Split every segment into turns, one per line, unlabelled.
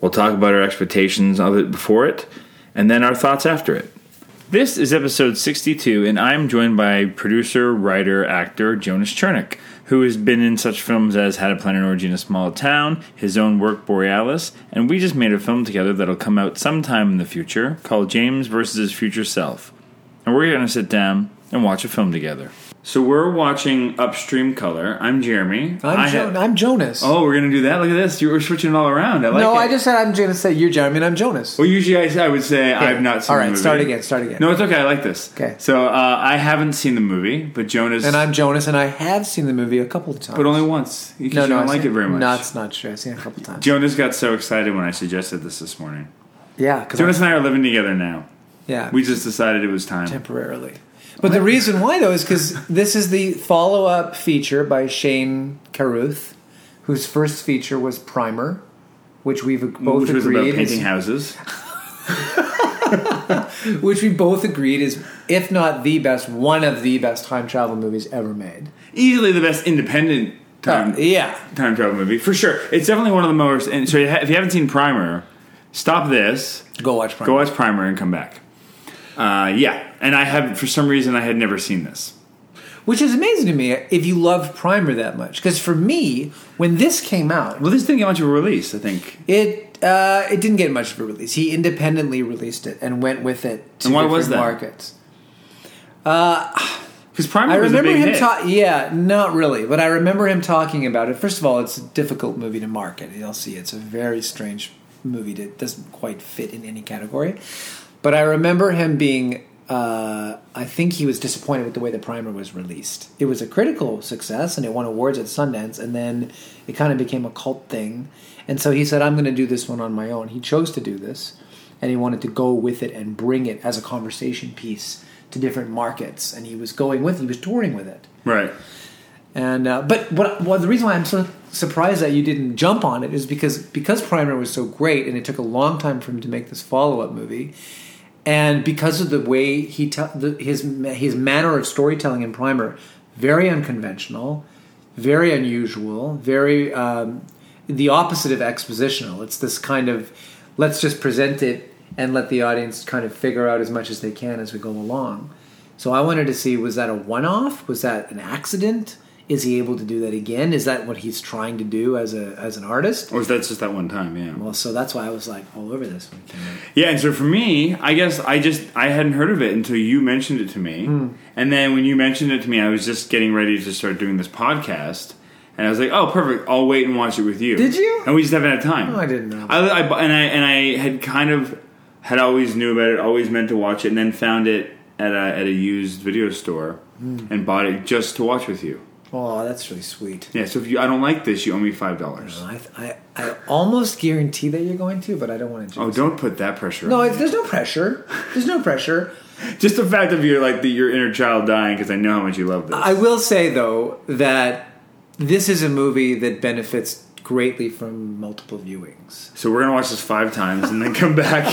We'll talk about our expectations of it before it, and then our thoughts after it. This is episode 62, and I'm joined by producer, writer, actor Jonas Chernick, who has been in such films as How to Plan an Orgy in a Small Town, his own work Borealis, and we just made a film together that'll come out sometime in the future called James versus His Future Self. And we're going to sit down and watch a film together. So we're watching Upstream Color. I'm Jeremy.
I'm,
I ha-
jo- I'm Jonas.
oh, we're going to do that? Look at this. You were switching it all around. I like
no,
it.
I just said I'm going to say you're Jeremy and I'm Jonas.
Well, usually I, I would say I've not seen
All
the
right,
movie.
start again, start again.
No, it's okay. I like this.
Okay.
So uh, I haven't seen the movie, but Jonas.
And I'm Jonas, and I have seen the movie a couple of times.
But only once. You
no,
no,
no,
don't
I've
like
seen
it very much.
No, it's not true. I've seen it a couple of times.
Jonas got so excited when I suggested this this morning.
yeah, because
Jonas and I are living together now.
yeah,
We just decided it was time.
temporarily. But the reason why though is because this is the follow-up feature by Shane Carruth, whose first feature was Primer, which we've both
Which was about
agreed
painting
is-
houses.
which we both agreed is if not the best, one of the best time travel movies ever made.
Easily the best independent time,
Uh, yeah,
time travel movie. For sure. It's definitely one of the most. And so if you haven't seen Primer, stop this.
go watch Primer.
Go watch Primer and come back. Uh, yeah. And I have, for some reason, I had never seen this.
Which is amazing to me if you love Primer that much. Because for me, when this came out,
Well, this didn't get much of a release, I think.
it uh, it didn't get much of a release. He independently released it and went with it to
And why
different
was that?
markets.
Because Primer
I
was
remember
a big
him
hit.
talking. Yeah, not really, but I remember him talking about it. First of all, it's a difficult movie to market. You'll see, it's a very strange movie that doesn't quite fit in any category. But I remember him being. Uh, I think he was disappointed with the way the primer was released. It was a critical success, and it won awards at Sundance, and then it kind of became a cult thing. And so he said, "I'm going to do this one on my own." He chose to do this, and he wanted to go with it and bring it as a conversation piece to different markets and he was going with he was touring with it
Right.
and uh, but what well, the reason why i'm so surprised that you didn't jump on it is because because primer was so great and it took a long time for him to make this follow-up movie and because of the way he te- the, his his manner of storytelling in primer very unconventional very unusual very um, the opposite of expositional it's this kind of let's just present it and let the audience kind of figure out as much as they can as we go along so I wanted to see was that a one off? Was that an accident? Is he able to do that again? Is that what he's trying to do as a as an artist?
Or is that just that one time? Yeah.
Well, so that's why I was like all over this one.
Yeah. And so for me, I guess I just I hadn't heard of it until you mentioned it to me, and then when you mentioned it to me, I was just getting ready to start doing this podcast. And I was like, "Oh, perfect! I'll wait and watch it with you."
Did you?
And we just haven't had time.
Oh, I didn't know.
I, I bu- and I and I had kind of had always knew about it, always meant to watch it, and then found it at a at a used video store and bought it just to watch with you.
Oh, that's really sweet.
Yeah. So if you I don't like this, you owe me five dollars.
I, I I almost guarantee that you're going to, but I don't want to.
Oh,
jinx
don't put that pressure.
it. no,
on me.
it's, there's no pressure. There's no pressure.
Just the fact of your like the, your inner child dying because I know how much you love this.
I will say though that this is a movie that benefits greatly from multiple viewings.
so we're gonna watch this five times and then come back.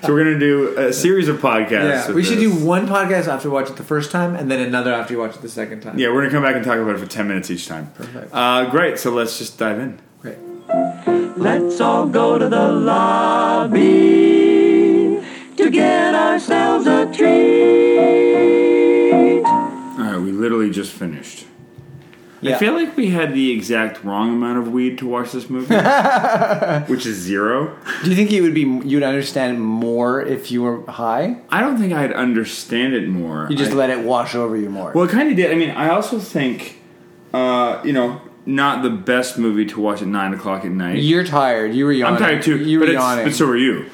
so we're gonna do a series of podcasts.
Yeah,
with
we should
this.
do one podcast after you watch it the first time, and then another after you watch it the second time.
Yeah, we're gonna come back and talk about it for ten minutes each time.
Perfect.
Uh, great. So let's just dive in.
Great.
Let's all go to the lobby to get ourselves a treat.
All right, we literally just finished. I
Yeah.
feel like we had the exact wrong amount of weed to watch this movie, which is zero.
Do you think you would be you'd understand more if you were high?
I don't think I'd understand it more.
You just
I-
let it wash over you more.
Well, it kind of did. I mean, I also think, uh, you know, not the best movie to watch at nine o'clock at night.
you're tired. You were yawning.
I'm tired too.
You were
but, it's-
yawning.
but so were you.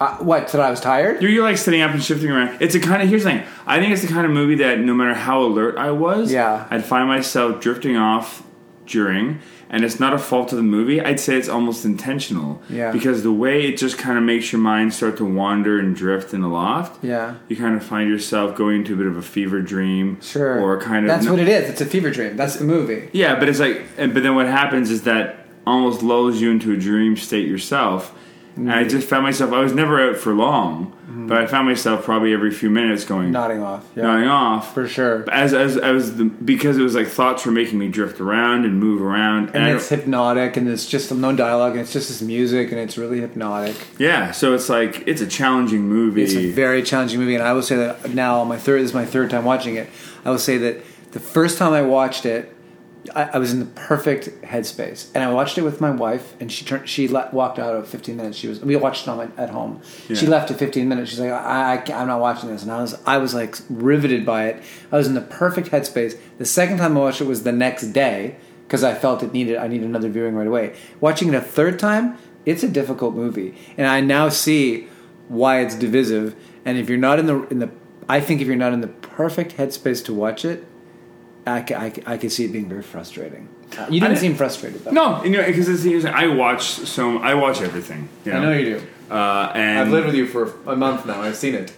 uh, what? That I was tired.
You're, you're like sitting up and shifting around. It's a kind of here's the thing. I think it's the kind of movie that no matter how alert I was,
Yeah.
I'd find myself drifting off during, and it's not a fault of the movie. I'd say it's almost intentional.
Yeah.
Because the way it just kind of makes your mind start to wander and drift and aloft.
Yeah.
You kind of find yourself going into a bit of a fever dream.
Sure.
Or kind of
That's
no-
what it is. It's a fever dream. That's the movie.
yeah, but it's like, and, but then what happens is that almost lulls you into a dream state yourself. And I just found myself, I was never out for long, but I found myself probably every few minutes going,
Nodding off. Mm-hmm. Yeah.
nodding off.
For sure.
As, as I was, the, because it was like thoughts were making me drift around and move around. And,
And
I
it's
don't-
hypnotic, and it's just no dialogue, and it's just this music, and it's really hypnotic.
yeah, so it's like, it's a challenging movie.
It's a very challenging movie, and I will say that now my third this is my third time watching it. I will say that the first time I watched it, I, I was in the perfect headspace, and I watched it with my wife, and she turned she le- walked out at 15 minutes. She was we watched it on at home. She
Yeah.
left at 15 minutes. She's like, I, I ca- I'm not watching this, and I was I was like riveted by it. I was in the perfect headspace. The second time I watched it was the next day because I felt it needed I need another viewing right away. Watching it a third time, it's a difficult movie, and I now see why it's divisive. And if you're not in the in the, I think if you're not in the perfect headspace to watch it, I ca- I, ca- I could see it being very frustrating. You didn't
I-
seem frustrated though.
no, you know, because it's the I watch so I watch everything. You know?
do.
Uh, and
you for a month now. I've seen it.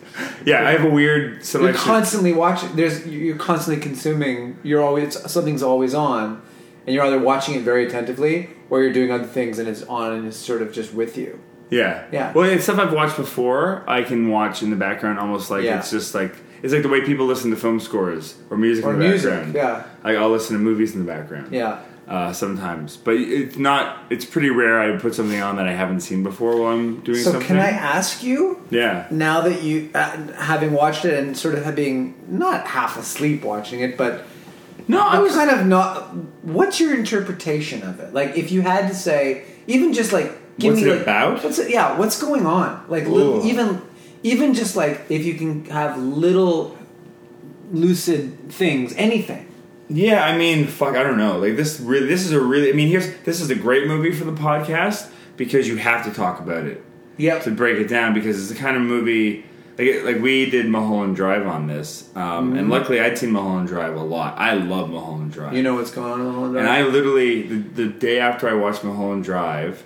yeah, I have a weird
You're
selection.
constantly watching. There's you're constantly consuming. You're always something's always on, and you're either watching it very attentively or you're doing other things and it's on and it's sort of just with you.
Yeah.
Yeah.
Well, it's stuff I've watched before. I can watch in the background almost like
Yeah.
it's just like it's like the way people listen to film scores or music
Or
in the
music,
background.
yeah.
Like I'll listen to movies in the background.
Yeah.
Uh, sometimes, but it's not. It's pretty rare. I put something on that I haven't seen before while I'm doing
So
something.
can I ask you
Yeah.
now that you uh, having watched it and sort of being not half asleep watching it, but
No, I
I'm
was.
kind of not. What's your interpretation of it? Like, if you had to say, even just like, give
What's
me
it
like,
about?
What's it, yeah, what's going on? Like, li-
Ooh.
even even just like if you can have little lucid things, anything.
Yeah, I mean,
fuck, I don't know.
Like this, really, this is a really. I mean, here's this is a great movie for the podcast because you have to talk about it to
Yep.
break it down because it's the kind of movie like like we did Mulholland Drive on this, um, and luckily I'd seen Mulholland Drive a lot. I love Mulholland Drive.
Mm-hmm. You know what's going on.
And I literally, the, the day after I watched Mulholland Drive,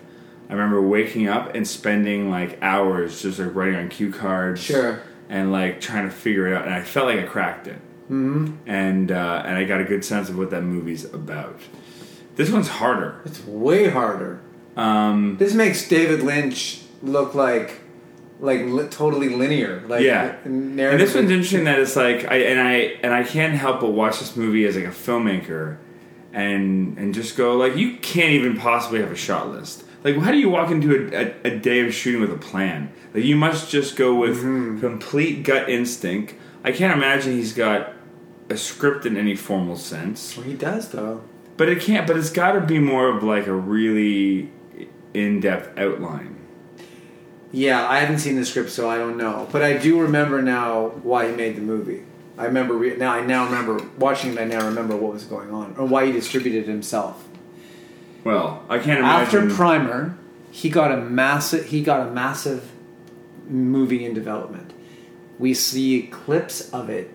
I remember waking up and spending like hours just like writing on cue cards.
Sure.
And like trying to figure it out. And I felt like I cracked it. Mm-hmm. And, uh, and I got a good sense of what that movie's about. This one's harder.
It's way harder. Um, this makes David Lynch look like like li- totally linear. Like
Yeah. And
narrative.
this one's interesting that it's like I and I and I can't help but watch this movie as like a filmmaker and and just go like you can't even possibly have a shot list. Like how do you walk into a, a, a day of shooting with a plan? Like you must just go with
Mm-hmm.
complete gut instinct. I can't imagine he's got a script in any formal sense.
he does though.
But it can't but it's gotta be more of like a really in depth outline.
Yeah, I haven't seen the script, so I don't know. But I do remember now why he made the movie. I remember re- now. I now remember watching it. I now remember what was going on or why he distributed it himself.
Well, I can't imagine
After Primer, he got a massive. He got a massive movie in development. We see clips of it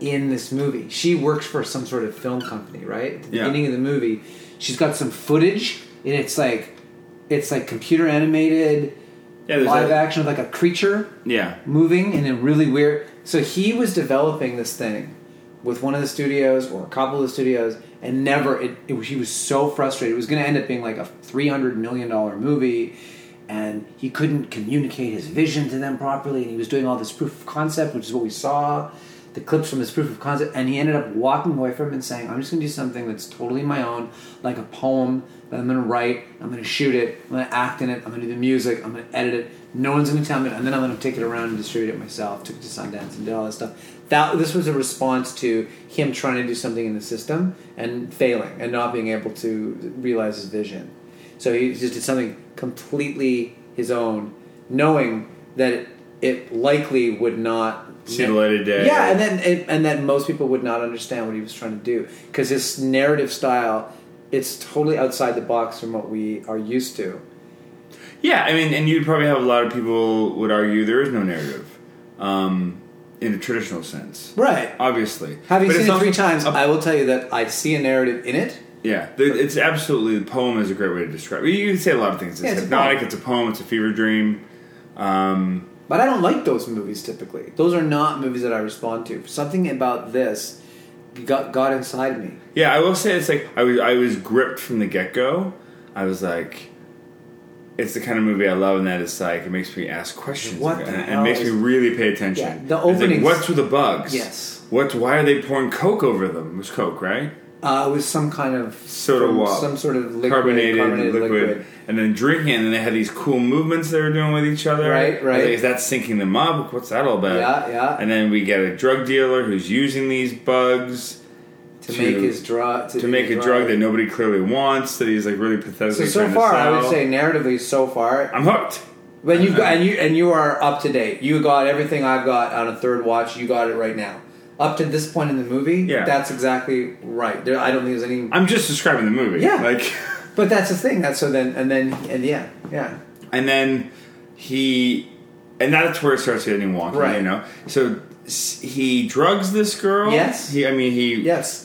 in this movie. She works for some sort of film company, right? At the
Yeah.
beginning of the movie, she's got some footage, and it's like, it's like computer animated.
Yeah, there's
live
that-
action of like a creature
Yeah.
moving in a really weird. So he was developing this thing with one of the studios or a couple of the studios, and never. It, it was- he was so frustrated. It was going to end up being like a three hundred million dollar movie, and he couldn't communicate his vision to them properly. And he was doing all this proof of concept, which is what we saw. The clips from his proof of concept, and he ended up walking away from it and saying, "I'm just going to do something that's totally my own, like a poem that I'm going to write. I'm going to shoot it. I'm going to act in it. I'm going to do the music. I'm going to edit it. No one's going to tell me, and then I'm going to take it around and distribute it myself. Took it to Sundance and did all that stuff. That this was a response to him trying to do something in the system and failing and not being able to realize his vision. So he just did something completely his own, knowing that it, it likely would not
See the light of day.
Yeah, and then and, and that most people would not understand what he was trying to do because his narrative style, it's totally outside the box from what we are used to.
Yeah, I mean, and you'd probably have a lot of people would argue there is no narrative um, in a traditional sense,
Right.
obviously.
Having
But
seen
it's
it three
also-
times,
a-
I will tell you that I see a narrative in it,
Yeah, th- it's absolutely the poem is a great way to describe. it. You can say a lot of things. It's
Yeah, it's a
hypnotic.
poem.
It's a poem. It's a fever dream.
But I don't like those movies typically. Those are not movies that I respond to. Something about this got got inside me.
Yeah, I will say it's like I was I was gripped from the get go. I was like, it's the kind of movie I love, and that it's like it makes me ask questions.
What
and
the
and
hell
makes me
is-
really pay attention.
Yeah, the
It's like,
openings-
what's with the bugs?
Yes.
What's why are they pouring coke over them? It was coke, right?
Uh, it was some kind of
Soda
some,
wop.
some sort of liquid,
carbonated,
carbonated,
liquid,
liquid.
and then drinking, and then they had these cool movements they were doing with each other.
Right, right.
I was like, Is that syncing them up? What's that all about?
Yeah, yeah.
And then we get a drug dealer who's using these bugs
to, make his drug
to make a drug that nobody clearly wants. That he's like really
So
pathetically
so
trying to
far, I would
sell.
say narratively, so far,
I'm hooked.
when you got and you and you are up to date. You got everything I've got on a third watch. You got it right now. Up to this point in the movie,
Yeah.
that's exactly right. There, I don't think there's any.
I'm just describing the movie.
Yeah.
like
But that's the thing. That's so then and then and yeah, yeah.
and then he and that's where it starts getting wonky.
Right.
You know, so s- he drugs this girl.
Yes.
He, I mean, he.
Yes,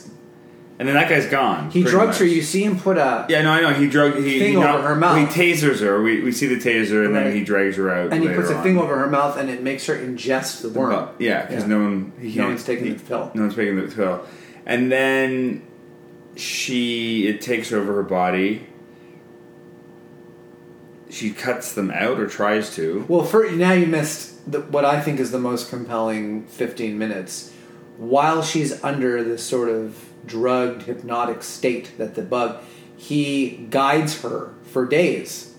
And then that guy's gone.
he
pretty
drugs her.
much.
You see him put a
Yeah, no, I know. He drug he,
Thing
he
over her mouth.
He tasers her. We, we see the taser, and
Right.
then he drags her out.
and he
later
puts a
on.
thing over her mouth, and it makes her ingest the worm.
But- yeah, because
Yeah.
no one he
No
can't-
one's taking
he-
the pill.
No one's taking the pill, and then she it takes over her body. She cuts them out or tries to.
Well, for now you missed the, what I think is the most compelling 15 minutes. While she's under this sort of drugged, hypnotic state that the bug, he guides her for days.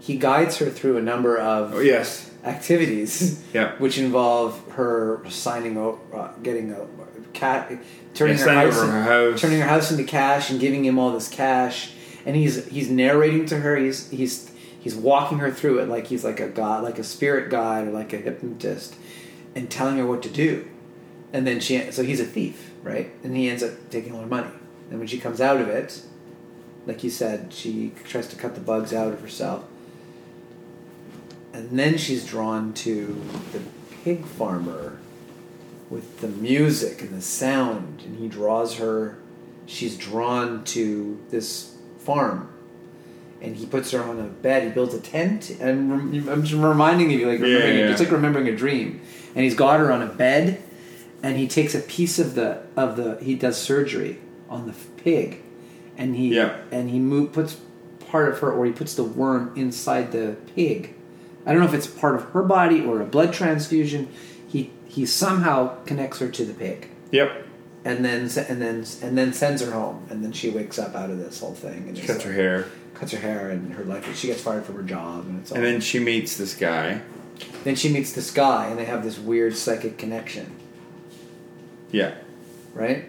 He guides her through a number of
Oh, yes,
activities,
Yeah.
which involve her signing, o- uh, getting a cat, turning
Yeah,
her,
signing
house
over her house.
turning her house into cash, and giving him all this cash. And he's he's narrating to her. He's he's he's walking her through it like he's like a god, like a spirit guide or like a hypnotist, and telling her what to do. And then she, so he's a thief, right? And he ends up taking all her money. And when she comes out of it, like you said, she tries to cut the bugs out of herself. And then she's drawn to the pig farmer with the music and the sound, and he draws her. She's drawn to this farm, and he puts her on a bed. He builds a tent, and rem- I'm just reminding you, like
Yeah,
remembering,
yeah.
it's like remembering a dream. And he's got her on a bed, and he takes a piece of the of the. He does surgery on the f- pig, and he
Yeah.
and he move, puts part of her, or he puts the worm inside the pig. I don't know if it's part of her body or a blood transfusion. He he somehow connects her to the pig,
Yep.
and then s- and then s- and then sends her home, and then she wakes up out of this whole thing and
She
it's
cuts her
like-
hair,
cuts her hair, and her life. She gets fired from her job, and it's all.
and then she meets this guy.
then she meets this guy, and they have this weird psychic connection,
Yeah,
right?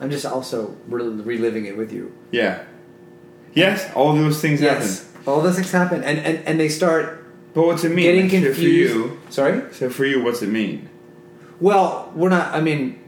I'm just also re- reliving it with you.
yeah, yes. All those things
Yes,
happen.
all those things happen, and and and they start
But what's it mean?
getting
So
confused.
For you,
Sorry.
so for you, what's it mean?
Well, we're not. I mean,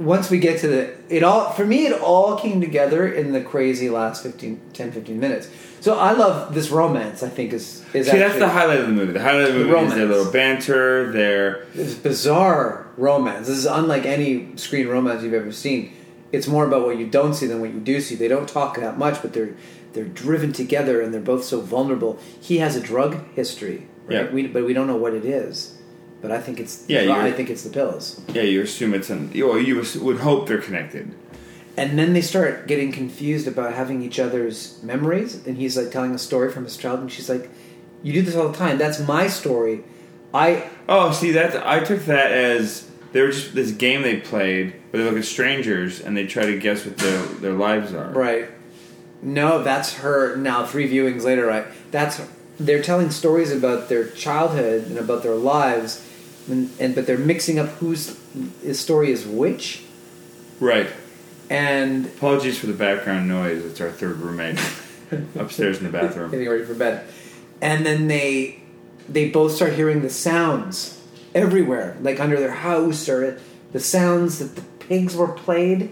once we get to the it all for me, it all came together in the crazy last 15, 10, 15 minutes. So I love this romance. I think is is
See, that's
actually
the highlight of the movie. The highlight of the movie is their
romance.
little banter, their
this bizarre romance. This is unlike any screen romance you've ever seen. It's more about what you don't see than what you do see. They don't talk that much, but they're they're driven together and they're both so vulnerable. He has a drug history, right?
Yeah.
We, but we don't know what it is. But I think it's
Yeah, you're-
I think it's the pills.
Yeah, you assume it's an. Well, you ass- would hope they're connected.
And then they start getting confused about having each other's memories. And he's like telling a story from his childhood. And she's like, You do this all the time. That's my story. I.
Oh, see that I took that as they were just this game they played where they look at strangers and they try to guess what their their lives are.
Right. No, that's her. Now, three viewings later, right? That's. They're telling stories about their childhood and about their lives. And, and but they're mixing up whose his story is which.
Right.
And
Apologies for the background noise. It's our third roommate upstairs in the bathroom.
getting ready for bed. And then they they both start hearing the sounds everywhere, like under their house or the sounds that the pigs were played,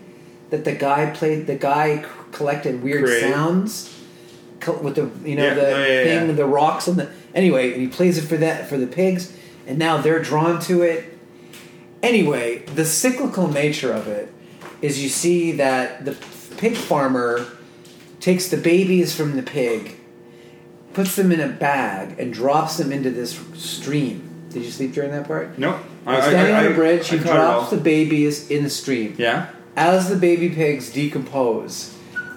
that the guy played, the guy c- collected weird
Created.
sounds co- with the you know
Yeah,
the
yeah, yeah,
thing
yeah.
with the rocks and the anyway, and he plays it for that for the pigs, and now they're drawn to it. Anyway, the cyclical nature of it is you see that the pig farmer takes the babies from the pig, puts them in a bag, and drops them into this stream. Did you sleep during that part?
Nope. I- I-
He's standing
I-
on a
I-
bridge,
I
he
caught it all.
drops the babies in the stream.
Yeah.
As the baby pigs decompose,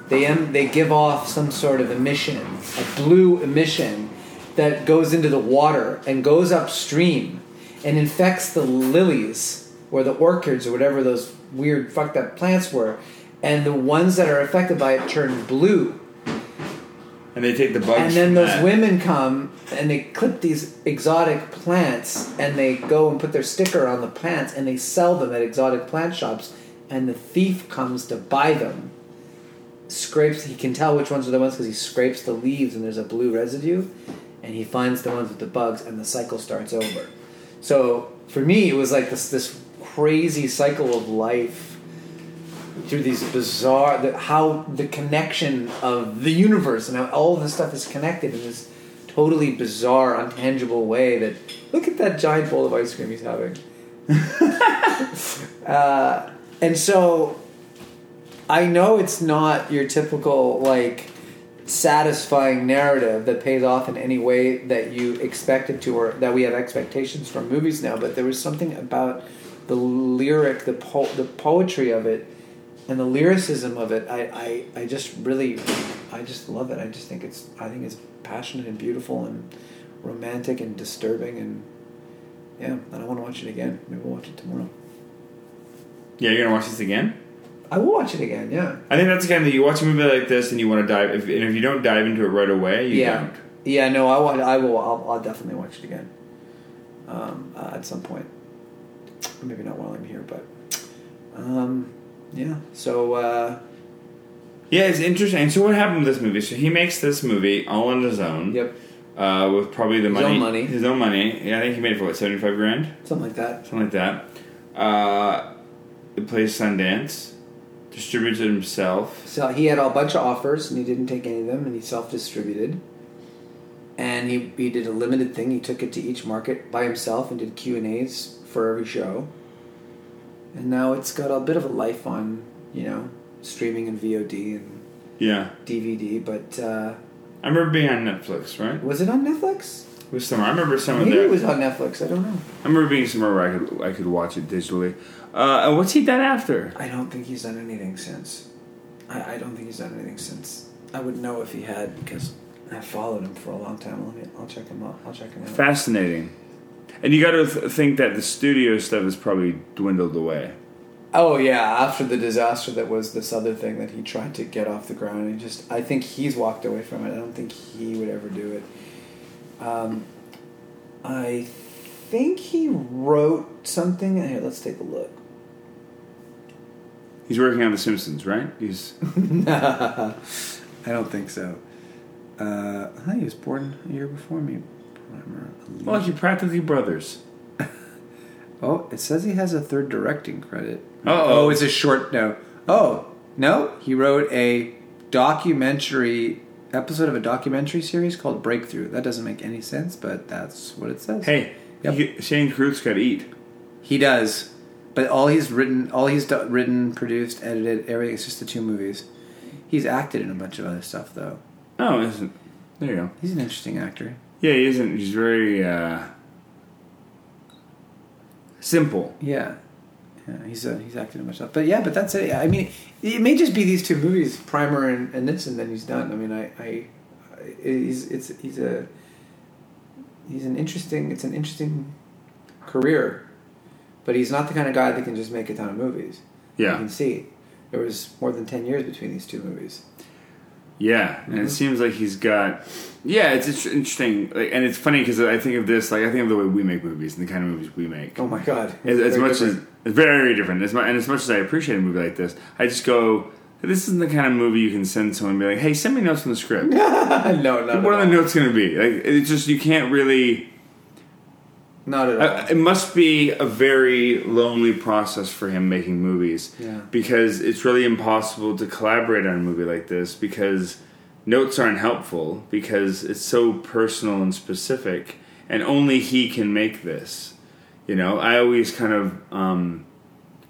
they em- they give off some sort of emission, a blue emission that goes into the water and goes upstream and infects the lilies or the orchids or whatever those weird fucked up plants were, and the ones that are affected by it turn blue.
And they take the bugs.
And then
from
those
that.
women come and they clip these exotic plants and they go and put their sticker on the plants and they sell them at exotic plant shops. And the thief comes to buy them. Scrapes, he can tell which ones are the ones because he scrapes the leaves and there's a blue residue. And he finds the ones with the bugs and the cycle starts over. So for me, it was like this, this crazy cycle of life through these bizarre the, how the connection of the universe and how all this stuff is connected in this totally bizarre untangible way that look at that giant bowl of ice cream he's having uh, and so i know it's not your typical like satisfying narrative that pays off in any way that you expect it to or that we have expectations from movies now but there was something about the lyric the, po- the poetry of it and the lyricism of it I, I, I just really i just love it i just think it's i think it's passionate and beautiful and romantic and disturbing and yeah and i want to watch it again maybe we'll watch it tomorrow
Yeah, you're gonna watch this again.
i will watch it again yeah
I think that's the kind of thing you watch a movie like this and you want to dive. If, and if you don't dive into it right away, you
yeah
don't.
yeah no i want i will I'll, I'll definitely watch it again um, uh, at some point maybe not while i'm here but um, yeah so uh,
Yeah, it's interesting. So what happened with this movie? So he makes this movie all on his own.
yep
Uh, with probably the
His
money,
own money.
his own money. Yeah, I think he made it for what seventy five grand,
something like that
something like that. Uh, it plays Sundance, distributes it himself.
So he had a bunch of offers and he didn't take any of them and he self distributed. And he, he did a limited thing. He took it to each market by himself and did Q and A's for every show. And now it's got a bit of a life on you know streaming and VOD and
Yeah,
DVD. But uh,
I remember being on Netflix, right?
was it on Netflix?
It was somewhere. I remember somewhere
Maybe
there.
it was on Netflix. I don't know.
I remember being somewhere where I could I could watch it digitally. Uh, and what's he done after?
I don't think he's done anything since. I, I don't think he's done anything since. I would know if he had because I followed him for a long time. Let me. I'll check him out. I'll check him out.
Fascinating. And you got to th- think that the studio stuff has probably dwindled away.
Oh yeah, after the disaster that was this other thing that he tried to get off the ground and just I think he's walked away from it. I don't think he would ever do it. Um, I think he wrote something. Here, let's take a look.
He's working on The Simpsons, right? He's
I don't think so. Uh, I think he was born a year before me. Primer elite.
well, you practically brothers.
Oh, it says he has a third directing credit.
Uh-oh.
it's a short no. Oh, no, he wrote a documentary episode of a documentary series called Breakthrough. That doesn't make any sense, but that's what it says.
Hey,
Yep.
you- Shane Crute's got to eat.
He does. But all he's written, all he's do- written, produced, edited, everything is just the two movies. He's acted in a bunch of other stuff though.
No, it Oh, isn't. There you go.
He's an interesting actor.
Yeah, he isn't. He's very uh, simple.
Yeah. Yeah, he's uh, he's acted in much stuff, but yeah, but that's it. I mean, it may just be these two movies, Primer and, and this, and then he's done. I mean, I, I, I he's it's he's a he's an interesting it's an interesting career, but he's not the kind of guy that can just make a ton of movies. you
Yeah,
can see there was more than ten years between these two movies.
yeah. And it seems like he's got. Yeah, it's it's interesting, like, and it's funny because I think of this, like I think of the way we make movies and the kind of movies we make.
Oh my god!
as, as
Very
much
different.
as it's very different. As mu- and as much as I appreciate a movie like this, I just go, this isn't the kind of movie you can send someone and be like, hey, send me notes on the script.
no, not at
what are the
all.
notes going to be? Like, it's just you can't really.
Not at all.
Uh, it must be a very lonely process for him making movies
Yeah.
because it's really impossible to collaborate on a movie like this because notes aren't helpful because it's so personal and specific and only he can make this you know i always kind of um,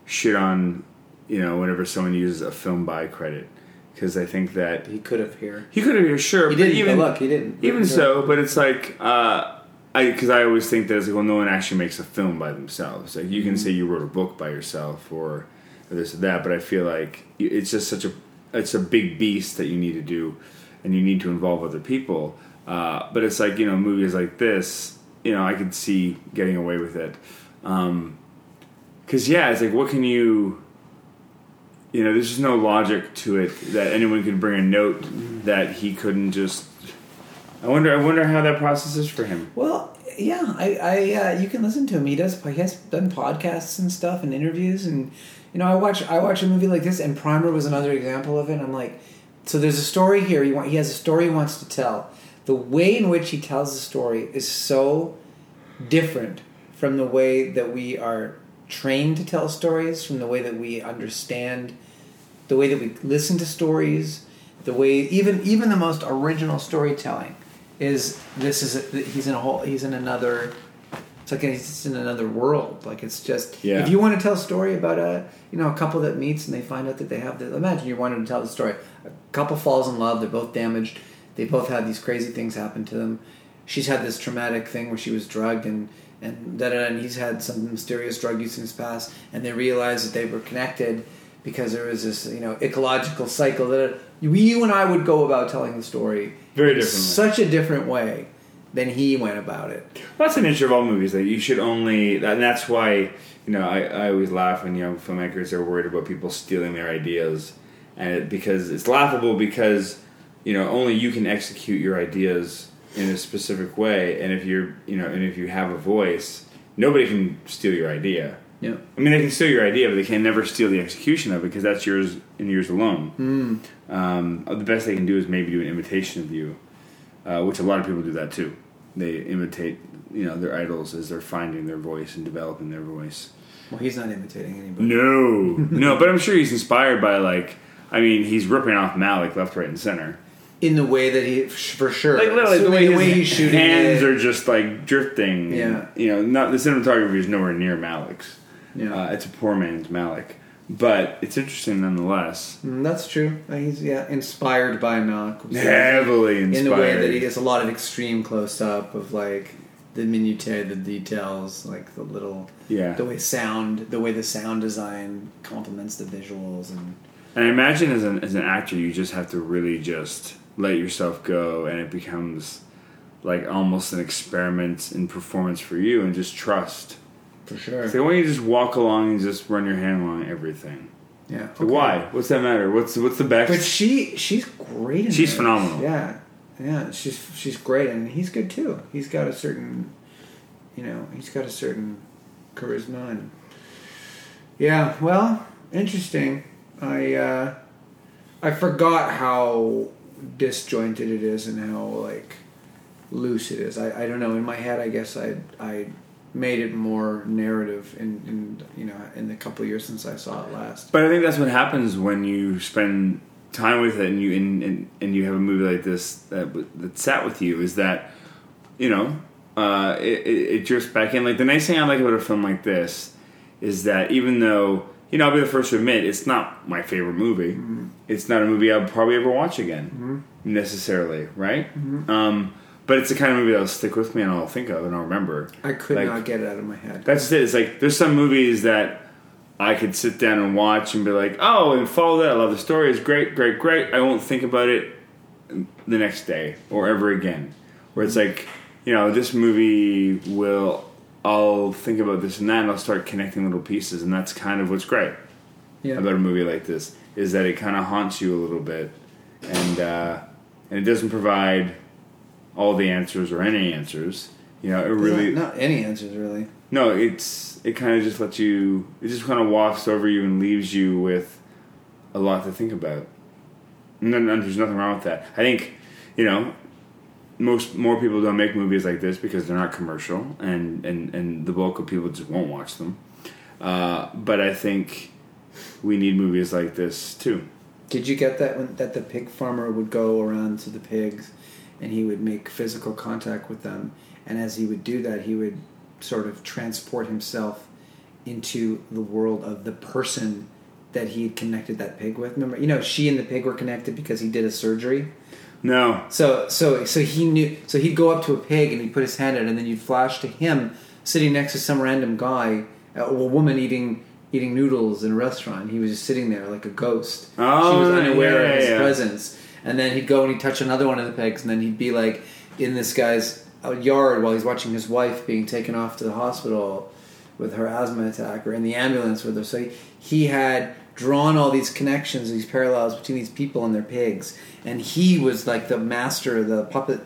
shit on you know whenever someone uses a film by credit because I think that
He could have here.
he could have you're sure.
He
but
didn't. but
even
look, he didn't.
even
He
so, but it's like uh, I because I always think that it's like well, no one actually makes a film by themselves. Like you can say you wrote a book by yourself or, or this or that, but I feel like y- it's just such a it's a big beast that you need to do, and you need to involve other people. Uh, but it's like you know movies like this, you know I could see getting away with it, because yeah, it's like what can you you know, there's just no logic to it that anyone could bring a note that he couldn't just. I wonder. I wonder how that process is for him.
Well, yeah, I, I uh, you can listen to him. He does he has done podcasts and stuff and interviews and you know I watch I watch a movie like this and Primer was another example of it. And I'm like, so there's a story here. He want he has a story he wants to tell. The way in which he tells the story is so different from the way that we are trained to tell stories, from the way that we understand, the way that we listen to stories, the way even even the most original storytelling is this is a, he's in a whole he's in another it's like he's in another world. Like it's just
Yeah.
if you want to tell a story about a you know a couple that meets and they find out that they have the imagine you wanted to tell the story. A couple falls in love. They're both damaged. They both had these crazy things happen to them. She's had this traumatic thing where she was drugged and and da da. And he's had some mysterious drug use in his past. And they realize that they were connected because there was this you know ecological cycle that uh, you and I would go about telling the story
Very differently.
such a different way than he went about it.
That's the nature of all movies. That you should only, and that's why you know I, I always laugh when young filmmakers are worried about people stealing their ideas, and it, because it's laughable because you know only you can execute your ideas in a specific way, and if you're you know and if you have a voice, nobody can steal your idea.
Yeah.
I mean, they can steal your idea, but they can never steal the execution of it because that's yours and yours alone.
Hmm.
Um, the best they can do is maybe do an imitation of you, uh, which a lot of people do that too. They imitate, you know, their idols as they're finding their voice and developing their voice.
Well, he's not imitating anybody.
No, no, but I'm sure he's inspired by like, I mean, he's ripping off Malik left, right, and center.
In the way that he, for sure.
Like literally, the
Certainly
way, his
he's shooting
hands
it.
are just like drifting.
Yeah.
you know, not the cinematography is nowhere near Malik's.
Yeah.
Uh, it's a poor man's Malik, but it's interesting nonetheless.
Mm, that's true. Uh, He's yeah inspired by Malik.
Heavily
In
inspired.
the way that he gets a lot of extreme close up of like the minutiae, the details, like the little.
Yeah.
The way sound, the way the sound design complements the visuals, and
And I imagine as an as an actor, you just have to really just let yourself go, and it becomes like almost an experiment in performance for you, and just trust.
for sure.
It's like why don't you just walk along and just run your hand along everything?
Yeah.
Like, Why? What's that matter? What's what's the back?
But she she's great. In
She's
this.
phenomenal.
Yeah, yeah, she's she's great, and he's good too. He's got a certain, you know, he's got a certain charisma, and yeah. Well, interesting. I uh, I forgot how disjointed it is and how like loose it is. I, I don't know. In my head, I guess I I made it more narrative in, in you know in the couple years since I saw it last.
But I think that's what happens when you spend time with it and you and, and, and you have a movie like this that w- that sat with you is that you know uh, it, it, it drifts back in. Like the nice thing I like about a film like this is that even though you know I'll be the first to admit it's not my favorite movie, it's not a movie I'll probably ever watch again necessarily, right? Um, but it's the kind of movie that'll stick with me and I'll think of and I'll remember.
I could
Like-
not get it out of my head.
that's it. It's like there's some movies that I could sit down and watch and be like, oh, and follow that. I love the story. It's great, great, great. I won't think about it the next day or ever again. Where it's like, you know, this movie will. I'll think about this and that, and I'll start connecting little pieces, and that's kind of what's great
yeah.
about a movie like this is that it kind of haunts you a little bit, and uh, and it doesn't provide all the answers or any answers. You know, it really
not, not any answers really.
no, it's it kind of just lets you. It just kind of wafts over you and leaves you with a lot to think about. No, no, there's nothing wrong with that. I think you know most more people don't make movies like this because they're not commercial, and and and the bulk of people just won't watch them. Uh, but I think we need movies like this too.
Did you get that when that the pig farmer would go around to the pigs, and he would make physical contact with them, and as he would do that, he would sort of transport himself into the world of the person that he had connected that pig with. Remember, you know, she and the pig were connected because he did a surgery.
No.
So so so he knew. So he'd go up to a pig and he'd put his hand in, it, and then you'd flash to him sitting next to some random guy, uh, or a woman eating eating noodles in a restaurant. He was just sitting there like a ghost. she
Oh,
was
right,
unaware
yeah,
of his
yeah.
presence. And then he'd go and he'd touch another one of the pigs, and then he'd be like in this guy's uh, yard while he's watching his wife being taken off to the hospital with her asthma attack, or in the ambulance with her. So he, he had drawn all these connections, these parallels between these people and their pigs, and he was like the master, the puppet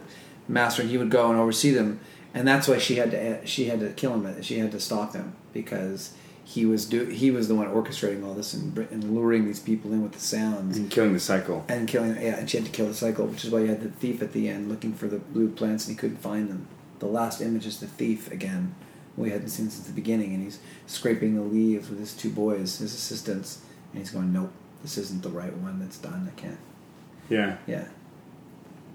master. And he would go and oversee them, and that's why she had to eh, she had to kill him. She had to stop him because he was do he was the one orchestrating all this and, br- and luring these people in with the sounds
And killing the cycle.
and killing yeah and she had to kill the cycle which is why you had the thief at the end looking for the blue plants and he couldn't find them the last image is the thief again we hadn't seen since the beginning and he's scraping the leaves with his two boys his assistants and he's going nope this isn't the right one that's done i can't
Yeah.
yeah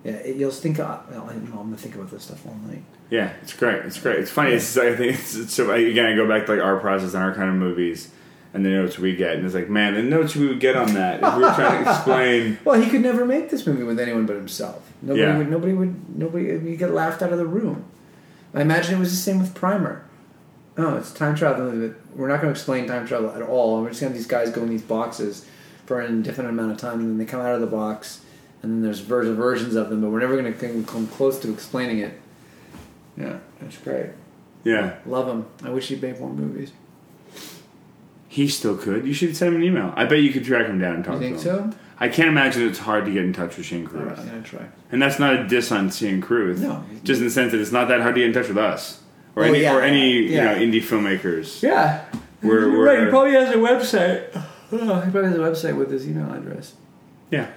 yeah it, you'll think uh, well, I don't know, i'm gonna think about this stuff all night
Yeah, it's great. It's great. It's funny. It's I think it's, it's so again. I go back to like our process and our kind of movies, and the notes we get, and it's like, man, the notes we would get on that if we were trying to explain.
well he could never make this movie with anyone but himself nobody
Yeah.
would nobody would nobody you get laughed out of the room i imagine it was the same with primer oh, it's time travel. but We're not going to explain time travel at all. We're just going to have these guys go in these boxes for an indefinite amount of time, and then they come out of the box, and then there's ver- versions of them, but we're never going to come close to explaining it. Yeah, that's great.
Yeah,
Love him. I wish he'd made more movies.
he still could. You should send him an email. I bet you could track him down and talk
You think
to him.
so?
I can't imagine it's hard to get in touch with Shane
All
Cruz,
right, I'm going to try.
and that's not a diss on Shane Cruz.
No.
just in the sense that it's not that hard to get in touch with us or
Oh,
any
yeah.
or any
Yeah.
you know indie filmmakers.
Yeah.
We're,
You're
we're
right. He probably has a website. Oh, he probably has a website with his email address.
yeah.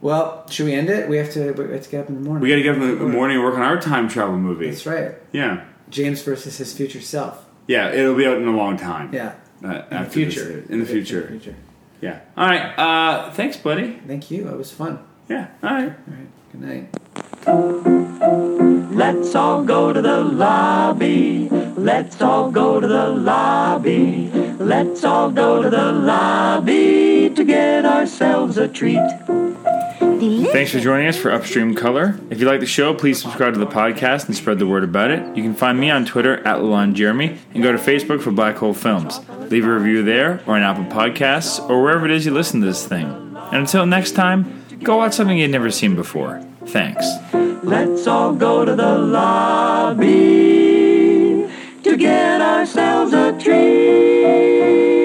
Well, should we end it? We have to, we have to get up in the morning.
We got to give him a morning to work on our time travel movie.
That's right.
Yeah,
James versus his future self.
yeah. It'll be out in a long time.
Yeah.
Uh,
In the
after this-
future.
in the
In the
future.
future.
Yeah. All right. Uh, thanks, buddy.
Thank you. It was fun.
Yeah. All right.
All right. Good night.
Let's all go to the lobby. Let's all go to the lobby. Let's all go to the lobby to get ourselves a treat.
Thanks for joining us for Upstream Color. If you like the show, please subscribe to the podcast and spread the word about it. You can find me on Twitter at Lalon Jeremy and go to Facebook for Black Hole Films. Leave a review there or on Apple Podcasts or wherever it is you listen to this thing. And until next time, go watch something you've never seen before. Thanks.
Let's all go to the lobby to get ourselves a treat.